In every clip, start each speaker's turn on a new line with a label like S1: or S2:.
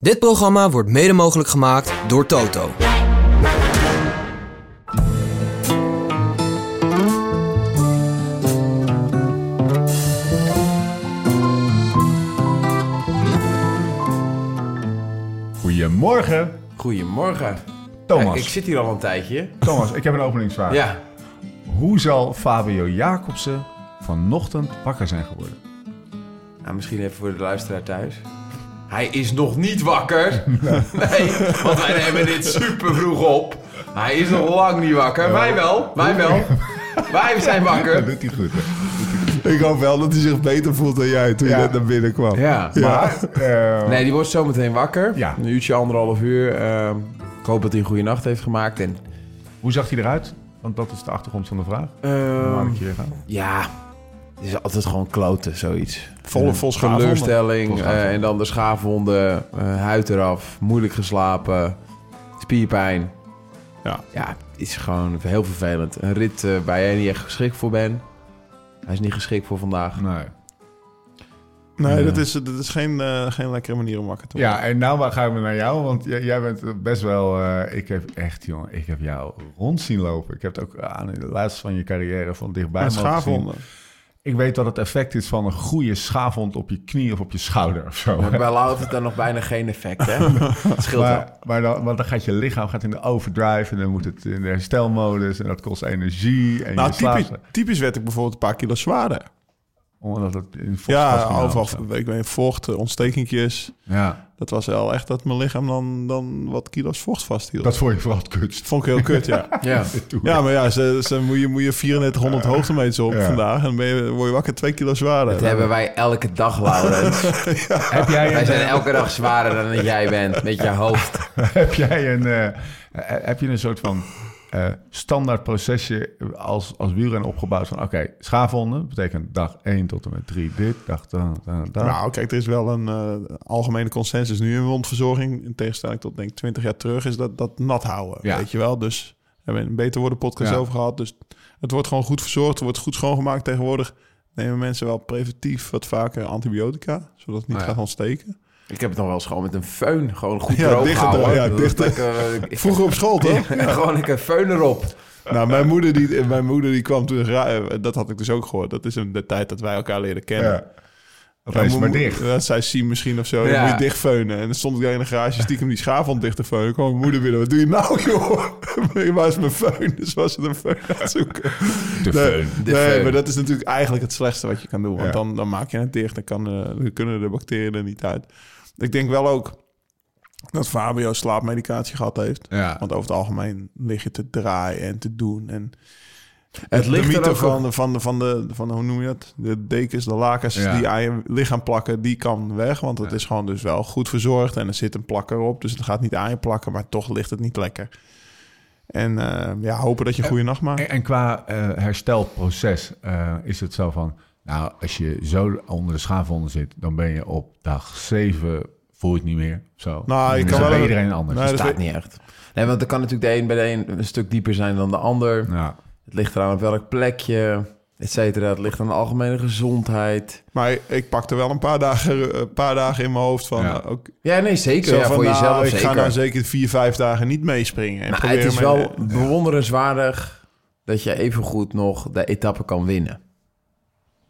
S1: Dit programma wordt mede mogelijk gemaakt door Toto.
S2: Goedemorgen,
S3: Goedemorgen.
S2: Thomas. Ah.
S3: Kijk, ik zit hier al een tijdje.
S2: Thomas, ik heb een openingsvraag.
S3: Ja.
S2: Hoe zal Fabio Jacobsen vanochtend wakker zijn geworden?
S3: Nou, misschien even voor de luisteraar thuis. Hij is nog niet wakker. Nee, want wij nemen dit super vroeg op. Hij is nog lang niet wakker. Wij wel, wij wel. Wij zijn
S2: Dat
S3: wakker.
S2: doet hij goed. hè?
S4: Ik hoop wel dat hij zich beter voelt dan jij toen
S2: Ja.
S4: je net naar binnen kwam.
S3: Ja.
S2: Maar, eh,
S3: Nee, die wordt zometeen wakker.
S2: Ja.
S3: Een uurtje, anderhalf uur. Ehm, ik hoop dat hij een goede nacht heeft gemaakt. En,
S2: hoe zag hij eruit? Want dat is de achtergrond van de vraag.
S3: ehm,
S2: Waar ik hier gaan.
S3: ja, het is altijd gewoon kloten, zoiets.
S4: Volle vos
S3: teleurstelling
S2: Volgens
S3: eh, en dan de schaafwonden, eh, huid eraf, moeilijk geslapen, spierpijn.
S4: Ja.
S3: ja, het is gewoon heel vervelend. Een rit eh, waar jij niet echt geschikt voor bent. Hij is niet geschikt voor vandaag.
S2: Nee.
S4: Nee,
S3: Ja.
S4: dat is, dat is geen, eh, geen lekkere manier om wakker te worden.
S2: Ja, en nou gaan we naar jou, want j- jij bent best wel... eh, ik heb echt, jongen, ik heb jou rond zien lopen. Ik heb het ook aan in de laatste van je carrière van dichtbij
S4: Met
S2: mogen zien.
S4: schaafhonden.
S2: Ik weet wat het effect is van een goede schaafhond op je knie of op je schouder of zo.
S3: Maar bij Lau heeft het dan nog bijna geen effect, hè? Het scheelt wel.
S2: Maar, maar dan, want dan gaat je lichaam gaat in de overdrive en dan moet het in de herstelmodus en dat kost energie. En
S4: Nou,
S2: je slaapt-
S4: typisch, typisch werd ik bijvoorbeeld een paar kilo zwaarder.
S2: Omdat het in vocht
S4: Ja,
S2: vastgenomen
S4: overal,
S2: is.
S4: ik weet, vocht, eh, ontstekingjes.
S2: Ja,
S4: Dat was wel echt dat mijn lichaam dan, dan wat kilo's vocht vasthield. Dat
S2: dat vond je vooral het kutst.
S4: vond ik heel kut, ja.
S3: Ja.
S4: Ja, maar ja, ze, ze moet, je, moet je 3400 hoogtemeters op
S2: Ja.
S4: vandaag. En dan ben je, word je wakker twee kilo zwaarder.
S3: Dat hebben wij elke dag, Laurens.
S2: heb, jij
S3: Wij
S2: een,
S3: zijn elke dag zwaarder dan dat jij bent, met je hoofd.
S2: heb jij een, eh, heb je een soort van eh, standaard procesje als, als wielren opgebouwd van oké, schaafhonden betekent dag 1 tot en met 3 dit, dag dan, dan, dan.
S4: Nou, kijk, er is wel een eh, algemene consensus nu in wondverzorging. In tegenstelling tot, denk ik, 20 jaar terug, is dat, dat nat houden.
S2: Ja.
S4: Weet je wel? Dus we hebben we een beter worden podcast
S2: Ja.
S4: over gehad. Dus het wordt gewoon goed verzorgd. Er wordt goed schoongemaakt. Tegenwoordig nemen mensen wel preventief wat vaker antibiotica. Zodat het niet
S2: Oh
S3: Ah, ja.
S4: gaat ontsteken.
S3: Ik heb het nog wel eens gewoon met een feun gewoon goed
S4: Ja,
S3: droog
S4: dicht het-
S3: gehouden.
S4: ja,
S3: Dat
S4: dicht het-
S3: ik, eh, ik-
S4: Vroeger op school, toch?
S3: En gewoon lekker feun erop.
S4: nou, mijn moeder, die, mijn moeder die kwam toen... ra- eh, Dat had ik dus ook gehoord. Dat is een- de tijd dat wij elkaar leren kennen.
S2: ja. Dat is
S4: Ja,
S2: maar
S4: moet-
S2: dicht.
S4: Dat zij zien misschien of zo. Dan
S3: Ja.
S4: moet je dichtveunen. En dan stond ik daar in de garage stiekem die schaafhond dicht te veunen. Dan kwam mijn moeder binnen. Wat doe je nou, joh? Waar is mijn veun? Dus was het een veun aan het zoeken.
S2: De
S4: Nee,
S2: feun.
S3: De
S4: nee,
S3: feun.
S4: maar dat is natuurlijk eigenlijk het slechtste wat je kan doen. Want
S2: Ja.
S4: dan, dan maak je het dicht. Dan, kan, eh, dan kunnen de bacteriën er niet uit. Ik denk wel ook dat Fabio slaapmedicatie gehad heeft.
S2: Ja.
S4: Want over het algemeen lig je te draaien en te doen. En
S3: Het
S4: de
S3: ligt er
S4: mythe
S3: ook
S4: van, de- van, de, van, de, van de, hoe noem je dat? De dekens, de lakens
S2: Ja.
S4: die aan je lichaam plakken, die kan weg. Want het is gewoon dus wel goed verzorgd en er zit een plakker op. Dus het gaat niet aan je plakken, maar toch ligt het niet lekker. En eh, ja, hopen dat je een goede nacht maakt.
S2: En, en qua eh, herstelproces eh, is het zo van... Nou, als je zo onder de schaafwonden zit... dan ben je op dag 7 voel je het niet meer. Zo.
S4: Nou,
S2: Dan
S4: je
S2: is het
S4: kan wel
S2: bij
S4: een-
S2: iedereen anders.
S4: Nee,
S3: Het
S4: dat
S3: staat
S4: weet-
S3: niet echt. Nee, want er kan natuurlijk de een bij de een een stuk dieper zijn dan de ander.
S2: Ja.
S3: Het ligt eraan op welk plekje, et cetera. Het ligt aan de algemene gezondheid.
S4: Maar ik pakte wel een paar dagen, een paar dagen in mijn hoofd van...
S2: Ja.
S4: eh, ook,
S3: Ja, nee, zeker.
S4: zo
S3: Ja,
S4: van,
S3: voor
S4: nou,
S3: jezelf
S4: ik
S3: zeker.
S4: ga nou zeker vier, vijf dagen niet meespringen. En
S3: maar
S4: probeer
S3: het is
S4: mijn-
S3: wel bewonderenswaardig dat je evengoed nog de etappe kan winnen.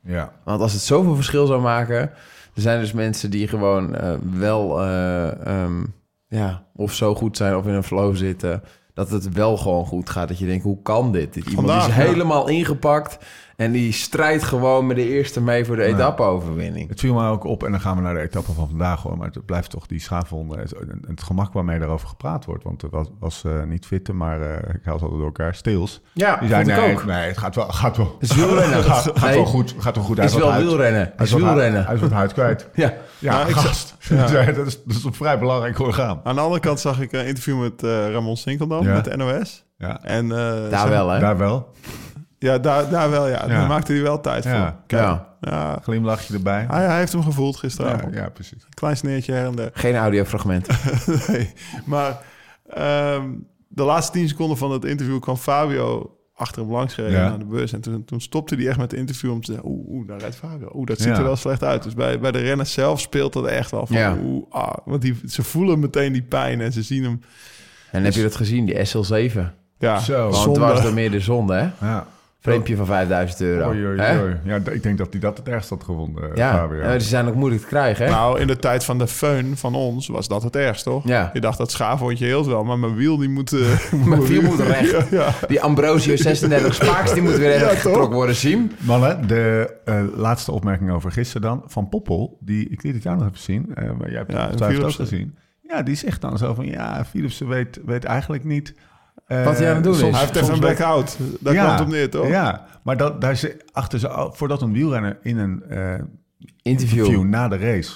S2: ja.
S3: Want als het zoveel verschil zou maken... er zijn dus mensen die gewoon eh, wel... eh, ehm, ja, of zo goed zijn of in een flow zitten... dat het wel gewoon goed gaat. Dat je denkt, hoe kan dit? Iemand
S4: Vandaag,
S3: is
S4: ja.
S3: helemaal ingepakt... en die strijdt gewoon met de eerste mee voor de
S2: Ja.
S3: etappe-overwinning.
S2: Het viel mij ook op en dan gaan we naar de etappe van vandaag hoor. Maar het blijft toch die schaafwonden en zo- en het gemak waarmee daarover gepraat wordt. Want het was, was eh, niet fitte, maar eh, ik haal het altijd door elkaar. Steels.
S3: Ja,
S2: Die zei,
S3: Ah, vond ik
S2: nee,
S3: ook.
S2: nee, het gaat wel, gaat wel,
S3: Het is wielrennen.
S2: gaat, gaat
S3: Nee.
S2: wel goed, gaat wel goed. Hij
S3: Is
S2: wat
S3: wel
S2: huid-
S3: wielrennen.
S2: Hij
S3: Is wielrennen.
S2: Hij is wat huid kwijt.
S3: Ja.
S2: Ja,
S4: Nou, ik
S2: gast. Ja, dat, is, dat is een vrij belangrijk orgaan.
S4: Aan de andere kant zag ik een interview met eh, Ramon Sinkeldam,
S2: Ja.
S4: met de NOS.
S2: Ja,
S4: En, eh,
S3: Daar
S4: ze-
S3: wel, hè?
S2: daar wel.
S4: Ja, daar, daar wel, ja.
S2: Ja.
S4: Daar maakte hij wel tijd
S2: Ja.
S4: voor.
S3: Ja.
S4: Ja,
S2: Glimlachje erbij.
S4: hij, hij heeft hem gevoeld
S2: Ja,
S4: gisteravond.
S2: ja, precies.
S4: Klein sneertje her en der.
S3: Geen audiofragment.
S4: Nee, maar ehm, de laatste tien seconden van het interview kwam Fabio achter hem langs gereden
S2: Ja.
S4: naar de bus. En toen, toen stopte hij echt met het interview om te zeggen... Oeh, oeh daar rijdt Fabio. Oeh, dat ziet
S2: Ja.
S4: er wel slecht uit. Dus bij, bij de renners zelf speelt dat echt wel. Van,
S3: Ja.
S4: oeh, ah, want die, ze voelen meteen die pijn en ze zien hem...
S3: En heb je dat gezien, die SL7?
S4: Ja,
S2: Zo.
S3: Want het
S4: zonde.
S3: was dan meer de zonde, hè?
S2: Ja.
S3: Vreempje van 5000 euro.
S2: Oei, oei,
S3: hè?
S2: oei. Ja, d- ik denk dat hij dat het ergst had gevonden, eh,
S3: Ja, dus-
S2: Fabio.
S3: Ja, ze zijn ook moeilijk te krijgen, hè?
S4: Nou, in de tijd van de föhn van ons was dat het ergst, toch?
S3: Ja.
S4: Je dacht, dat schaafhondje heelt wel, maar mijn wiel die moet... eh,
S3: Mijn wiel moet recht.
S4: Ja, ja.
S3: Die Ambrosio 36 Spaaks, die moet weer even
S4: toch?
S3: getrokken worden, Siem.
S2: Mannen, de eh, laatste opmerking over gisteren dan. Van Poppel, die ik liet het jou nog even zien. eh, maar jij hebt
S4: Ja,
S2: het ongetwijfeld ook
S4: Philipsen.
S2: gezien. Ja, die zegt dan zo van... Ja, Philipsen weet, weet eigenlijk niet... eh,
S3: Wat hij aan het doen is.
S2: soms-
S4: Hij heeft even
S2: soms
S4: een
S2: weet-
S4: blackout. Daar
S2: Ja,
S4: komt het op neer, toch?
S2: Ja, maar dat, daar zit achter ze, voordat een wielrenner in een eh,
S3: Interview.
S2: interview na de race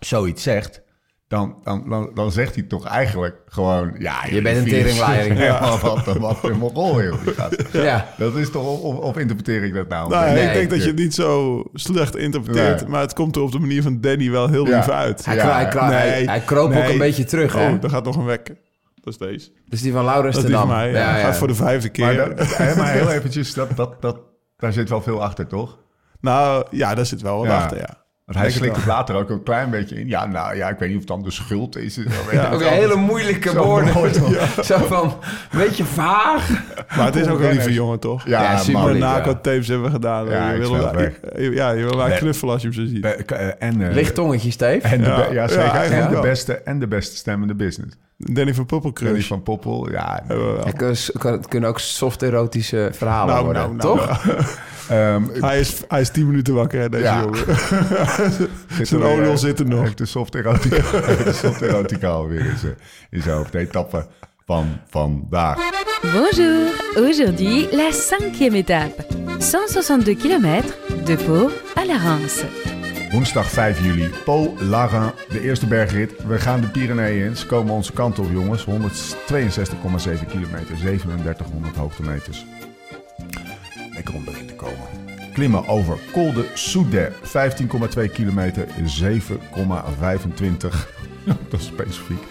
S2: zoiets zegt, dan, dan, dan, dan zegt hij toch eigenlijk gewoon... Ja,
S3: Je bent een teringlaaier.
S2: Ja, wat een- wat een mogol, joh. die gast.
S3: Ja.
S2: Dat is toch... Of, of interpreteer ik dat nou?
S4: Nou, ja,
S3: Nee,
S4: ik denk dat je
S2: tuurlijk.
S4: het niet zo slecht interpreteert,
S2: Nee.
S4: maar het komt er op de manier van Danny wel heel lief uit.
S3: Hij,
S2: Ja.
S3: kro- hij, kro-
S4: Nee,
S3: hij, hij kroop ook
S4: nee.
S3: een beetje terug, hè?
S4: Oh, daar gaat nog een wekker. Dat is deze.
S3: Dus die van Laurens
S4: Dat
S3: ten
S4: is
S3: Dam.
S4: van mij. Ja, Gaat voor de vijfde keer.
S2: Maar, dat- hè, maar heel eventjes, dat, dat, dat, daar zit wel veel achter, toch?
S4: Nou, ja, daar zit wel wat
S2: Ja.
S4: achter, ja.
S2: Want hij
S4: Denk het
S2: slikt het later ook een klein beetje in. Ja, nou ja, ik weet niet of het dan de schuld is. eh, Ja,
S3: Ook een hele moeilijke
S2: Zo
S3: woorden.
S2: mooi, toch?
S3: Zo van, een beetje vaag.
S4: Maar het is ook een lieve jongen, toch?
S2: Ja,
S3: Ja, super
S2: man.
S3: lief.
S4: Naco-tapes hebben we gedaan.
S2: Ja,
S4: je
S2: ik
S4: wil
S2: snap
S4: hem-
S2: het
S4: je- ja, je wil haar
S2: Nee.
S4: knuffelen als je hem zo ziet.
S2: Be- k- eh, en, eh,
S3: Licht tongetje, Steef.
S2: en de,
S4: Ja,
S2: be- ja, zeker.
S4: ja, eigenlijk
S2: en de
S4: wel.
S2: beste en de beste stem in de business.
S4: Danny
S2: Danny
S4: van Poppelcrush.
S2: van Poppel, ja.
S4: Hebben we wel.
S3: Het kunnen- eh, Het kunnen ook soft-erotische verhalen
S4: Nou,
S3: worden,
S4: nou, nou,
S3: toch?
S2: ehm,
S4: Hij is, hij is 10 minuten wakker, hè, deze
S2: Ja.
S4: jongen.
S2: zit
S4: Zijn
S2: er weer,
S4: oordeel
S2: eh,
S4: zit er nog.
S2: Heeft de soft erotica, heeft de soft erotica alweer in zijn- in zijn hoofd. De etappe van vandaag.
S5: Bonjour, aujourd'hui la cinquième étape, 162 km de Pau à la Reims.
S2: Woensdag 5 juli, Paul Larin, de eerste bergrit. We gaan de Pyreneeën in. Ze komen onze kant op, jongens. 162,7 kilometer, 3700 hoogtemeters. Lekker om erin te komen. Klimmen over Col de Soudet, 15,2 kilometer, 7,25. Dat is specifiek.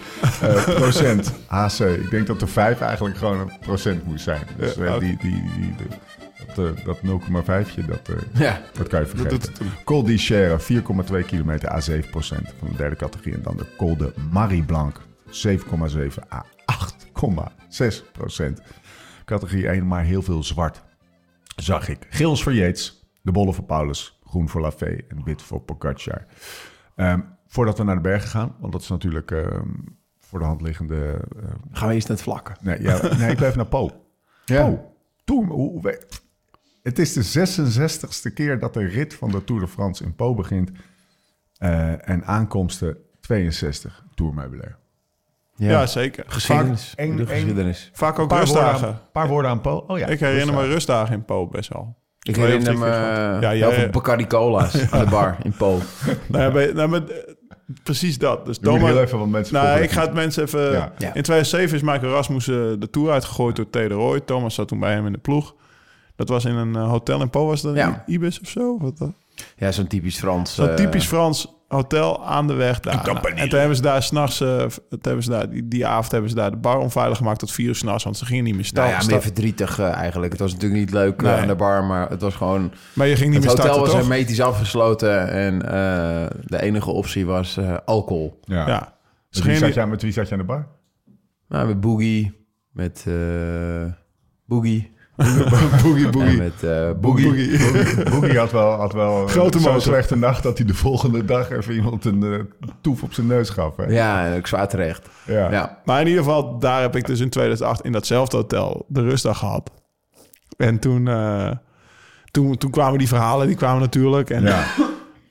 S2: Eh, procent HC. Ik denk dat de 5 eigenlijk gewoon een procent moest zijn. Dus eh,
S4: Ja,
S2: die, die, die, die- dat, eh, dat 0,5, dat, eh,
S3: Ja.
S2: dat kan je vergeten.
S4: doet het hem.
S2: Col di Sierra, 4,2 kilometer A7 van de derde categorie. En dan de Col de Marie Blanc, 7,7 A8,6 Categorie 1, maar heel veel zwart. Zag ik. Gils voor Yates, de bollen voor Paulus, groen voor Lafay en wit voor Pogacar. Ehm, voordat we naar de bergen gaan, want dat is natuurlijk ehm, voor de hand liggende... eh,
S3: Gaan we eerst naar het vlakken.
S2: nee, ja, nee, ik blijf naar Po. Po, Oh,
S3: Oh.
S2: toen... Hoe, hoe- het is de 66ste keer dat de rit van de Tour de France in Po begint. eh, en aankomsten 62, tourmeubilair.
S4: Ja,
S3: Ja.
S4: zeker.
S3: Geschiedenis.
S2: Vaak- eng-
S3: De
S2: eng-
S3: geschiedenis.
S4: Vaak ook
S2: Paar woorden,
S4: rustdagen.
S2: aan, paar woorden aan Po. Oh ja,
S4: Ik herinner me
S2: rustdagen.
S4: rustdagen in Po best wel.
S3: Ik
S4: Twee of
S3: herinner
S4: drie
S3: me
S4: keer
S3: eh,
S4: gehad. Ja,
S3: heel
S4: ja,
S3: veel
S4: ja.
S3: Bacardi Cola's aan de bar in Pool.
S4: Nou ja, bij- nou, maar, eh, precies dat. Dus
S2: Doe
S4: Thomas-
S2: heel even, want mensen
S4: Nou,
S2: volgen
S4: ik
S2: het
S4: ga het mensen even...
S2: Ja.
S3: Ja.
S4: In 2007 is Michael Rasmussen de Tour uitgegooid door Tede Roy. Thomas zat toen bij hem in de ploeg. Dat was in een eh, hotel in Po. Was dat
S3: Ja.
S4: in Ibis of zo? Wat, eh? dat?
S3: Ja, zo'n typisch Frans.
S4: Zo'n
S3: eh,
S4: typisch Frans hotel aan de weg daar. Nou, en toen hebben ze daar s'nachts... nachts, eh, toen hebben ze daar, die, die avond hebben ze daar de bar onveilig gemaakt tot vier uur s'nachts. Want ze gingen niet meer staan.
S3: Nou ja, meer verdrietig eh, eigenlijk. Het was natuurlijk niet leuk eh,
S4: Nee.
S3: aan de bar, maar het was gewoon...
S4: maar je ging niet
S3: Het
S4: meer
S3: hotel
S4: starten,
S3: was
S4: toch?
S3: hermetisch afgesloten en eh, de enige optie was eh, alcohol.
S2: Ja.
S4: Ja. Ze
S2: Met, wie
S4: gingen
S2: zat
S4: niet-
S2: jij, met wie zat je aan de bar?
S3: Nou, met Boogie, met eh, Boogie,
S2: Boogie
S3: en
S2: Boogie.
S3: met eh, Boogie.
S2: Boogie, Boogie had wel, had wel eh,
S4: Grote
S2: zo'n
S4: motor.
S2: slechte nacht dat hij de volgende dag even iemand een eh, toef op zijn neus gaf. Hè?
S3: Ja, en ook zwaar terecht.
S2: Ja.
S3: Ja.
S4: Maar in ieder geval, daar heb ik dus in 2008 in datzelfde hotel de rustdag gehad. En toen, eh, toen, toen kwamen die verhalen, die kwamen natuurlijk. En
S2: Ja.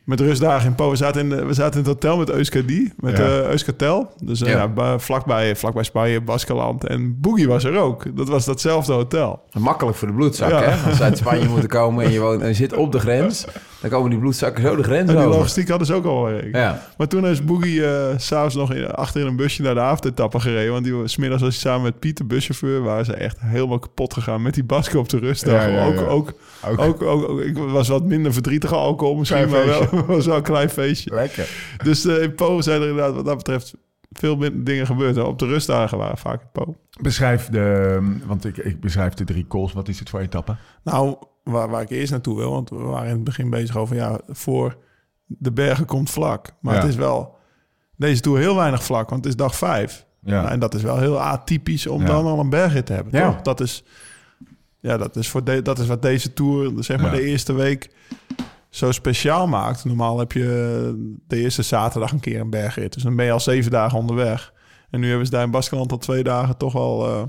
S4: met rustdagen in Po. We zaten in, de- we zaten in het hotel met Euskadi, met
S2: Ja.
S4: eh Euskatel. Dus eh,
S3: Ja.
S4: ja. ba- vlakbij, vlakbij Spanje, Baskeland. En Boogie was er ook. Dat was datzelfde hotel.
S3: Makkelijk voor de bloedzak,
S4: Ja.
S3: hè? Als ze uit Spanje moeten komen en je, woont, en je zit op de grens, dan komen die bloedzakken zo de grens
S4: En die
S3: over.
S4: logistiek hadden ze ook al wel rekening.
S3: Ja.
S4: Maar toen is Boogie eh, s'avonds nog in, achter in een busje naar de avondetappe gereden. Want die, smiddags was hij samen met Piet, de buschauffeur, waren ze echt helemaal kapot gegaan met die Basco op de rustdag.
S2: Ja, ja, ja.
S4: Ook, ook,
S2: Ook.
S4: ook. Ook, ook- ik was wat minder verdrietig aan alcohol misschien,
S2: Klein
S4: maar wel, was wel een klein feestje.
S2: Lekker.
S4: Dus eh, in Polen zijn er inderdaad wat dat betreft veel min- dingen gebeurd. hè. Op de rustdagen waren vaak het po.
S2: Beschrijf de, want ik, ik beschrijf de drie calls. Wat is het voor etappe?
S4: Nou, waar, waar ik eerst naartoe wil, want we waren in het begin bezig over ja, voor de bergen komt vlak. Maar
S2: Ja.
S4: het is wel deze tour heel weinig vlak, want het is dag vijf.
S2: Ja.
S4: Nou, en dat is wel heel atypisch om
S2: Ja.
S4: dan al een bergrit te hebben.
S2: Ja.
S4: Toch? Dat is, ja, dat is, voor de, dat is wat deze tour, zeg maar
S2: Ja.
S4: de eerste week zo speciaal maakt. Normaal heb je de eerste zaterdag een keer een bergrit. Dus dan ben je al zeven dagen onderweg. En nu hebben ze daar in Baskeland al twee dagen toch wel, eh,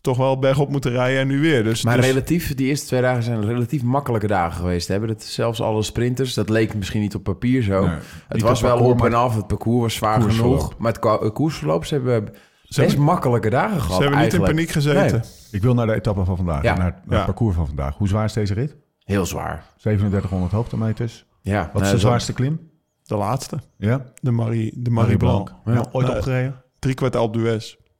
S4: toch wel bergop moeten rijden en nu weer. Dus,
S3: Maar
S4: dus-
S3: relatief, die eerste twee dagen zijn relatief makkelijke dagen geweest. Hebben dat zelfs alle sprinters, dat leek misschien niet op papier zo.
S2: Nee.
S3: het
S2: Niet
S3: was
S2: op
S3: wel
S2: parcours,
S3: op en
S2: maar-
S3: af, het parcours was zwaar
S2: Koersverloop.
S3: genoeg. Maar het ko- eh, koersverloop, ze hebben best
S4: hebben-
S3: makkelijke dagen
S4: Ze
S3: gehad.
S4: hebben niet in
S3: eigenlijk.
S4: paniek gezeten.
S2: Ik wil naar de etappe van vandaag,
S3: Ja.
S2: naar, naar het
S4: Ja.
S2: parcours van vandaag. Hoe zwaar is deze rit?
S3: Heel zwaar.
S2: 3700 hoogtemeters.
S3: Ja, nou,
S2: Wat is de zwaarste klim?
S4: De laatste.
S2: Ja,
S4: De Marie, de Marie Blanc.
S2: Ja, ooit
S4: Nee.
S2: opgereden?
S4: Drie kwart Alpe d'Huez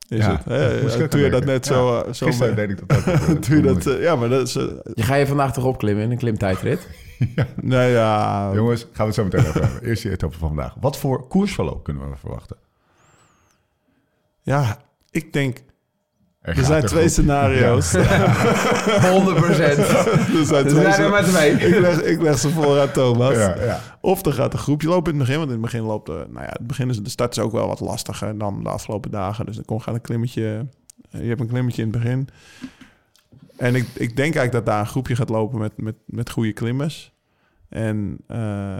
S4: is
S2: Ja,
S4: het.
S2: dat
S4: Hè?
S2: moest ik ook
S4: Toen je
S2: aan
S4: dat
S2: denken.
S4: net zo... eh, zo
S2: Gisteren
S4: mee-
S2: deed ik dat ook.
S4: Toen je dat... eh, ja, maar dat is... eh,
S3: Je ga je vandaag toch opklimmen in een klimtijdrit?
S4: nou ja...
S2: Jongens, gaan we het zo meteen over hebben. Eerst die etappe van vandaag. Wat voor koersverloop kunnen we verwachten?
S4: Ja, ik denk...
S2: Er
S4: Er
S2: gaat
S4: zijn
S2: er
S4: twee
S2: goed.
S4: scenario's.
S3: 100%. Dus
S4: er zijn
S3: we
S4: twee
S3: zijn er
S4: scen-
S3: maar twee.
S4: ik, leg, ik leg ze voor aan Thomas.
S2: Ja, ja.
S4: Of er gaat een groepje lopen in het begin. Want in het begin loopt de, nou ja, het begin is, de start is ook wel wat lastiger dan de afgelopen dagen. Dus dan komt gaat een klimmetje. eh, Je hebt een klimmetje in het begin. En ik, ik denk eigenlijk dat daar een groepje gaat lopen met, met, met goede klimmers. En eh,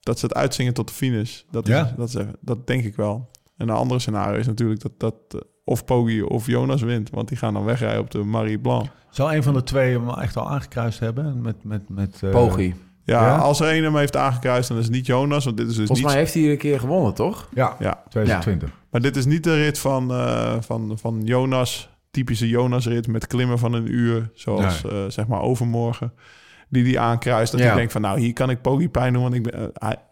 S4: dat ze het uitzingen tot de finish. Dat, is,
S2: Ja.
S4: dat, is, even- dat denk ik wel. En een andere scenario is natuurlijk dat, dat eh, of Poggi of Jonas wint. Want die gaan dan wegrijden op de Marie Blanc.
S2: Zou een van de twee hem echt al aangekruist hebben? Met, met, met, eh,
S3: Pogi.
S4: Ja,
S2: Ja?
S4: als er een hem heeft aangekruist, dan is het niet Jonas. Want dit is dus
S3: Volgens
S4: niet...
S3: mij heeft hij hier een keer gewonnen, toch?
S2: Ja,
S4: Ja.
S2: 2020.
S4: Maar dit is niet de rit van, eh, van, van Jonas, typische Jonas-rit met klimmen van een uur, zoals eh, zeg maar overmorgen, die die aankruist. Dat
S3: Ja.
S4: ik denk van, nou, hier kan ik Poggi pijn doen, want ik ben, eh, hij-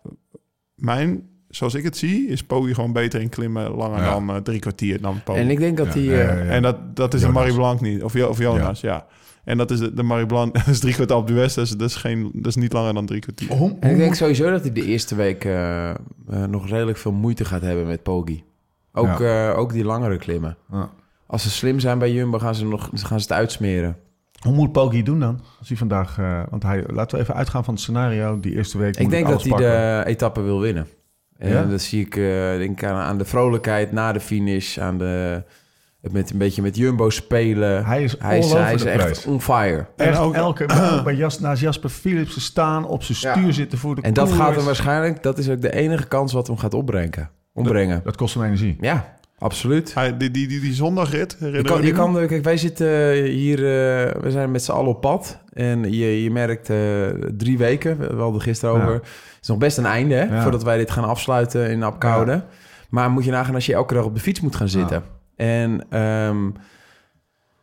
S4: mijn, zoals ik het zie, is Poggi gewoon beter in klimmen langer
S2: Ja.
S4: dan eh, drie kwartier dan Poggi.
S3: En ik denk dat
S2: Ja,
S3: hij...
S2: nee,
S3: eh,
S2: nee, nee.
S4: En dat, dat is
S2: Jonas.
S4: de Marie Blanc niet. Of, Jo- of Jonas, ja. En dat is de, de Marie Blanc. Dat is drie kwartier op de West. Dat is, dat, is geen, dat is niet langer dan drie kwartier.
S2: Hoe- hoe
S3: En ik denk
S2: moet-
S3: sowieso dat hij de eerste week eh, eh, nog redelijk veel moeite gaat hebben met Pogi. Ook, eh, ook die langere klimmen.
S2: Ja.
S3: Als ze slim zijn bij Jumbo, gaan ze, nog, gaan ze het uitsmeren.
S2: Hoe moet Poggi doen dan? Als hij vandaag, eh, want hij, laten we even uitgaan van het scenario. Die eerste week.
S3: Ik
S2: moet
S3: denk
S2: alles
S3: dat hij
S2: pakken.
S3: de etappe wil winnen. En
S2: Ja?
S3: dat zie ik eh, denk aan, aan de vrolijkheid na de finish. Aan de, het met, een beetje met Jumbo spelen.
S2: Hij is
S3: hij is,
S2: all over
S3: hij is
S2: the
S3: echt
S2: place.
S3: on fire.
S4: En
S2: Echt
S4: ook-
S2: elke maar ook bij Jas, naast Jasper Philipsen staan, op zijn
S3: Ja.
S2: stuur zitten voor de
S3: En dat
S2: koers.
S3: gaat hem waarschijnlijk... Dat is ook de enige kans wat hem gaat opbrengen. Ombrengen.
S2: Dat kost hem energie.
S3: Ja, absoluut.
S4: Hij, die, die, die, die zondagrit,
S3: Je
S4: herinneren
S3: kan, je
S4: jullie
S3: kan, kijk, wij zitten hier, eh, we zijn met z'n allen op pad. En je, je merkt eh, drie weken, we hadden gisteren
S2: Ja.
S3: over. Het is nog best een einde, hè,
S2: Ja.
S3: voordat wij dit gaan afsluiten in Apkoude. Maar moet je nagaan als je elke dag op de fiets moet gaan zitten. En ehm,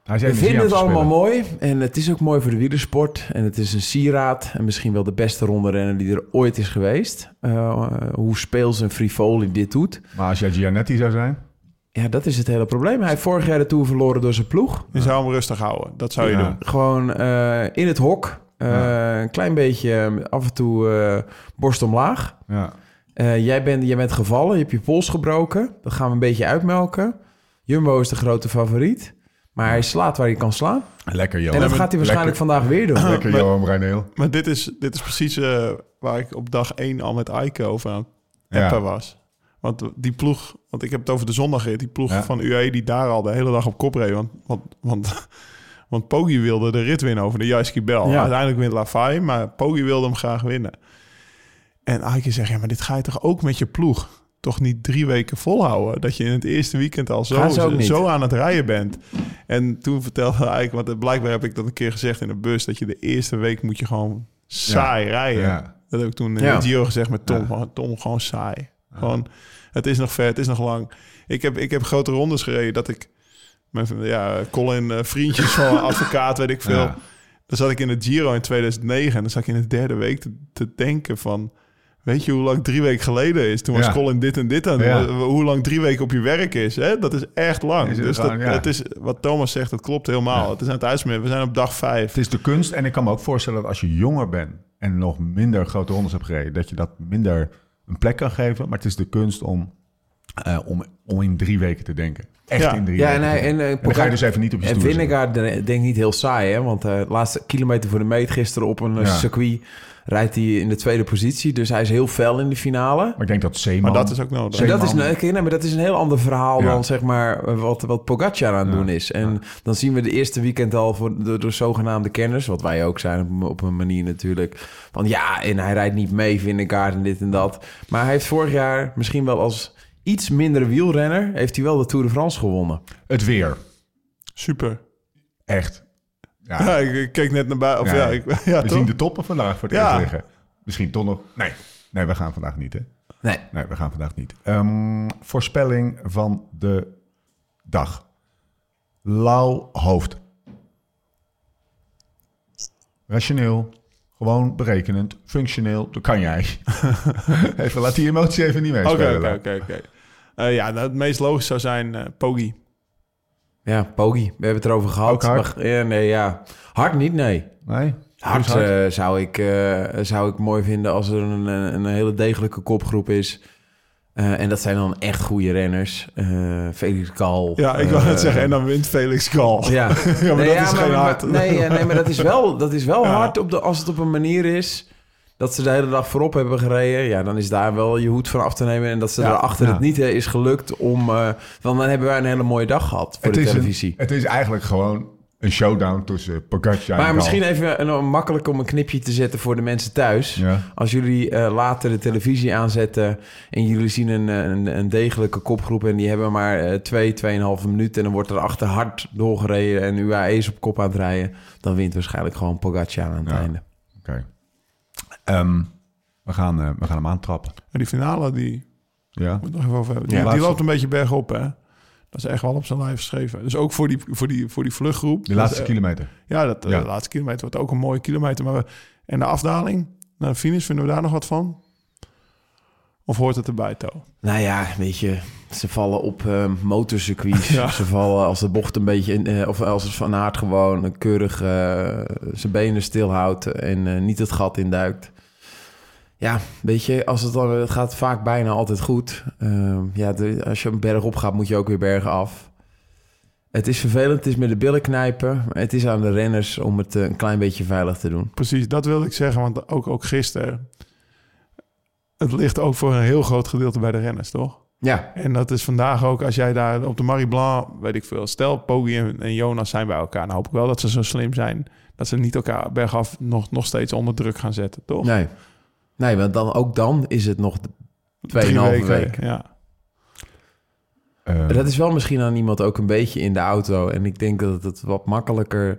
S2: Hij is
S3: we
S2: energie aan
S3: vinden het
S2: verspillen.
S3: allemaal mooi. En het is ook mooi voor de wielersport. En het is een sieraad. En misschien wel de beste ronde die er ooit is geweest. Eh, hoe speels en frivol hij dit doet.
S2: Maar als jij Giannetti zou zijn,
S3: Ja, dat is het hele probleem. Hij heeft vorig jaar de Tour verloren door zijn ploeg.
S4: Je zou hem rustig houden. Dat zou je
S2: Ja.
S4: doen.
S3: Gewoon eh, in het hok. Eh, Een klein beetje eh, af en toe eh, borst omlaag.
S2: ja.
S3: Eh, jij, bent, jij bent gevallen, je hebt je pols gebroken. Dat gaan we een beetje uitmelken. Jumbo is de grote favoriet. Maar hij slaat waar hij kan slaan.
S2: lekker Johan.
S3: en dat gaat hij waarschijnlijk vandaag weer doen.
S2: Lekker
S4: Maar-
S2: Johan Bruineel.
S4: Maar dit is, dit is precies eh, waar ik op dag 1 al met Aiko over aan het appen was. Want die ploeg, want ik heb het over de zondagrit, die ploeg
S2: Ja.
S4: van UAE die daar al de hele dag op kop reed. Want, want, want, want Poggi wilde de rit winnen over de Jaiski Bel.
S3: Ja.
S4: Uiteindelijk wint Lafay, maar Poggi wilde hem graag winnen. En Aiko zegt, ja, maar dit ga je toch ook met je ploeg toch niet drie weken volhouden? Dat je in het eerste weekend al zo,
S3: Gaan ze ook niet.
S4: zo aan het rijden bent. En toen vertelde Aiko, want blijkbaar heb ik dat een keer gezegd in de bus, dat je de eerste week moet je gewoon saai rijden.
S2: Ja.
S4: Dat heb ik toen in
S3: Ja.
S4: de Giro gezegd met Tom. Gewoon, Tom, gewoon saai. Gewoon, het is nog ver, het is nog lang. Ik heb, ik heb grote rondes gereden dat ik... Mijn, ja, Colin, eh, vriendjes van een advocaat, weet ik veel.
S2: Ja.
S4: Dan zat ik in de Giro in 2009 en dan zat ik in de derde week te, te denken van... Weet je hoe lang drie weken geleden is? Toen was
S2: Ja.
S4: Colin dit en dit aan. het
S2: Ja.
S4: doen. Hoe lang drie weken op je werk is, hè? dat is echt lang.
S2: Is het
S4: dus
S2: gewoon,
S4: dat,
S2: ja.
S4: het is, wat Thomas zegt, dat klopt helemaal. Het is aan het uitsmeren. We zijn op dag vijf.
S2: Het is de kunst. En ik kan me ook voorstellen dat als je jonger bent en nog minder grote rondes hebt gereden, dat je dat minder een plek kan geven. Maar het is de kunst om eh, om, om in drie weken te denken. Echt
S4: Ja.
S2: in drie
S3: Ja, en,
S2: weken.
S3: hij, en, eh,
S2: dan ga je dus even niet op je
S3: En
S2: stoel
S3: Vinnegaard eh, denk ik niet heel saai, hè? Want eh, de laatste kilometer voor de meet gisteren op een eh,
S2: Ja.
S3: circuit rijdt hij in de tweede positie. Dus hij is heel fel in de finale.
S2: maar ik denk dat Zeeman...
S4: Maar dat is ook nodig.
S3: En
S2: Zeker.
S3: dat is,
S2: Zeeman.
S3: een- kijk, nee, maar dat is een heel ander verhaal
S2: Ja.
S3: dan zeg maar eh, wat, wat Pogacar aan het doen is. En dan zien we de eerste weekend al voor, door, door zogenaamde kenners, wat wij ook zijn op, op een manier natuurlijk. Van ja, en hij rijdt niet mee, Vindegaard en dit en dat. Maar hij heeft vorig jaar misschien wel als iets mindere wielrenner, heeft hij wel de Tour de France gewonnen.
S2: Het weer.
S4: Super.
S2: Echt. Ja,
S4: Ja, ik, ik keek net naar buiten. Of
S2: Ja.
S4: ja, ik, ja
S2: we
S4: toch?
S2: zien de toppen vandaag voor het
S4: Ja.
S2: eerst liggen. Misschien toch nog... Nee. Nee, we gaan vandaag niet, hè?
S3: Nee.
S2: Nee, we gaan vandaag niet. Ehm, voorspelling van de dag. Lauw hoofd. Rationeel. Gewoon berekenend. Functioneel. Dat kan jij. even, laat die emotie even niet
S4: Oké,
S2: meespelen.
S4: oké, oké, oké. Eh, Ja, nou, het meest logisch zou zijn eh Pogi.
S3: Ja, Pogi. We hebben het erover gehad.
S2: Ook hard?
S3: Maar- ja, nee, ja. Hard niet, nee.
S2: Nee?
S3: Hard,
S2: Dus hard?
S3: eh, zou, ik, eh, zou ik mooi vinden als er een, een een hele degelijke kopgroep is. Eh, en dat zijn dan echt goede renners. Eh, Felix Gal.
S4: Ja, ik
S3: eh,
S4: wou net zeggen. En dan wint Felix Gal.
S3: Ja,
S4: maar
S3: Nee,
S4: dat is geen hard.
S3: nee, eh, nee, maar dat is wel, dat is wel hard op de, als het op een manier is dat ze de hele dag voorop hebben gereden. Ja, dan is daar wel je hoed van af te nemen. En dat ze
S4: Ja,
S3: daarachter
S2: ja.
S3: het niet eh, is gelukt om... eh, want dan hebben wij een hele mooie dag gehad voor de
S2: is
S3: televisie.
S2: Een, het is eigenlijk gewoon een showdown tussen Pogacar en
S3: Maar
S2: Gal.
S3: misschien even een, een makkelijk om een knipje te zetten voor de mensen thuis.
S2: Ja.
S3: Als jullie eh, later de televisie aanzetten en jullie zien een, eh, een, een degelijke kopgroep en die hebben maar eh, twee, tweeënhalve minuten en dan wordt er achter hard doorgereden en UAE is op kop aan het rijden, dan wint waarschijnlijk gewoon Pogacar aan het
S2: Ja.
S3: einde.
S2: Oké. Ehm, we, gaan, eh, we gaan hem aantrappen.
S4: En die finale, die
S2: Ja?
S4: moet ik nog even over hebben. Die,
S2: Ja.
S4: die loopt een beetje bergop, hè? Dat is echt wel op zijn lijf geschreven. Dus ook voor die, voor die, voor die vluchtgroep.
S2: De laatste
S4: Dat-
S2: kilometer.
S4: Ja, dat, eh,
S2: Ja.
S4: de laatste kilometer wordt ook een mooie kilometer. Maar we, en de afdaling naar de finish, vinden we daar nog wat van? Of hoort het erbij, To?
S3: Nou ja, weet je, ze vallen op eh, motorcircuits.
S4: Ja.
S3: Ze vallen als de bocht een beetje... In, eh, of als het van aard gewoon een keurig eh, zijn benen stilhoudt... en eh, niet het gat induikt. Ja, weet je, als het, dan, het gaat vaak bijna altijd goed. Eh, ja, de- als je een berg op gaat, moet je ook weer bergen af. Het is vervelend, het is met de billen knijpen. maar Het is aan de renners om het eh, een klein beetje veilig te doen.
S4: Precies, dat wilde ik zeggen, want ook, ook gisteren... Het ligt ook voor een heel groot gedeelte bij de renners, toch?
S3: Ja,
S4: En dat is vandaag ook, als jij daar op de Marie Blanc, weet ik veel, stel Poggi en, en Jonas zijn bij elkaar. Nou hoop ik wel dat ze zo slim zijn, dat ze niet elkaar bergaf nog, nog steeds onder druk gaan zetten, toch?
S3: nee. Nee, want dan, ook dan is het nog
S4: Drie
S3: 2,5 weken. week.
S4: Ja.
S2: Ehm,
S3: Dat is wel misschien aan iemand ook een beetje in de auto. En ik denk dat het wat makkelijker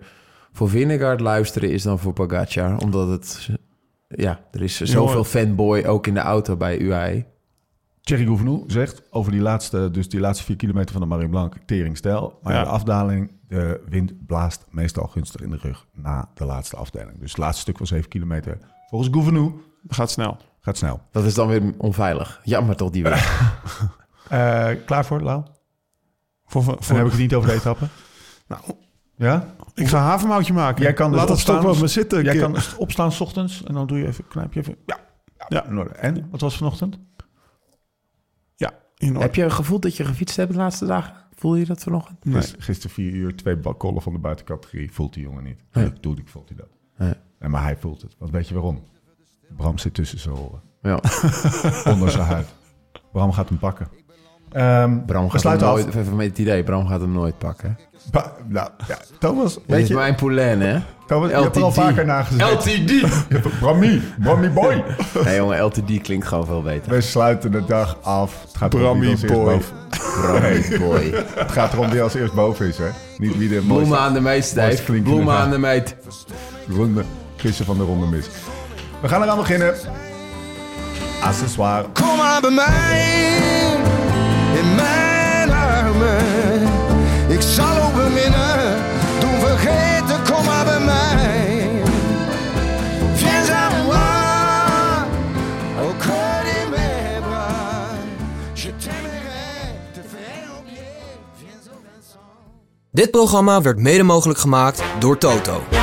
S3: voor Vingegaard luisteren is dan voor Pogacar. Omdat het... Ja, er is zoveel
S4: hoor.
S3: fanboy ook in de auto bij E. UAE.
S2: Thierry Gouvenou zegt over die laatste, dus die laatste vier kilometer van de Marie Blanc, teringstijl. Maar
S4: Ja.
S2: de afdaling, de wind blaast meestal gunstig in de rug na de laatste afdaling. Dus het laatste stuk was zeven kilometer. Volgens Gouvenou
S4: Dat gaat snel.
S2: gaat snel.
S3: Dat is dan weer onveilig. Jammer toch, die weg.
S2: Eh, klaar voor, Lau?
S4: Voor, voor,
S2: Dan heb ik het niet over de etappe.
S4: Nou,
S2: Ja?
S4: ik ga een havermoutje maken.
S2: Jij kan dus
S4: Laat dat
S2: opstaan.
S4: stoppen op me zitten.
S2: Jij
S4: Kim.
S2: kan dus opstaan s ochtends en dan doe je even, knijp je even. Ja.
S4: Ja.
S2: in orde. En, wat was vanochtend?
S4: Ja, in orde.
S3: Heb je een gevoel dat je gefietst hebt de laatste dagen? Voel je dat vanochtend?
S4: Nee.
S2: Gister- Gisteren vier uur, twee balkollen van de buitencategorie. Voelt die jongen niet.
S3: Nee.
S2: Doe ik, voelt hij dat.
S3: Nee.
S2: En maar hij voelt het. Want weet je waarom? Bram zit tussen zijn oren.
S3: Ja,
S2: onder zijn huid. Bram gaat hem pakken. Ehm
S3: Bram
S2: we
S3: gaat hem
S2: sluiten af.
S3: nooit... Even met het idee, Bram gaat hem nooit pakken.
S2: Ba- nou, ja, Thomas,
S3: Dit
S2: weet
S3: is
S2: je,
S3: mijn poulain, hè?
S2: Thomas, je hebt er al
S3: LTD.
S2: vaker naar gezeten.
S3: LTD!
S2: Je hebt- Brammie, Brammie boy.
S3: Nee, jongen, LTD klinkt gewoon veel beter.
S2: We sluiten de dag af. Het gaat
S4: Brammie
S2: om wie als eerst
S4: boy.
S2: boven-
S3: Bram, boy.
S2: Het gaat erom wie als eerst boven is, hè? Niet wie de
S3: Bloemen
S2: mooiste
S3: aan de meid,
S2: Mooiste
S3: Stijf.
S2: klinkende
S3: Bloemen
S2: naam.
S3: aan de meid.
S2: ronde gissen van de ronde mis. We gaan eraan beginnen. Accessoire.
S6: Kom maar bij mij, in mijn armen. Ik zal u beminnen, doen vergeten, kom maar bij mij. Viens à moi, au cœur de mes bras. Je t'aimerai, te ferai oublier, viens au Vincent.
S1: Dit programma werd mede mogelijk gemaakt door Toto.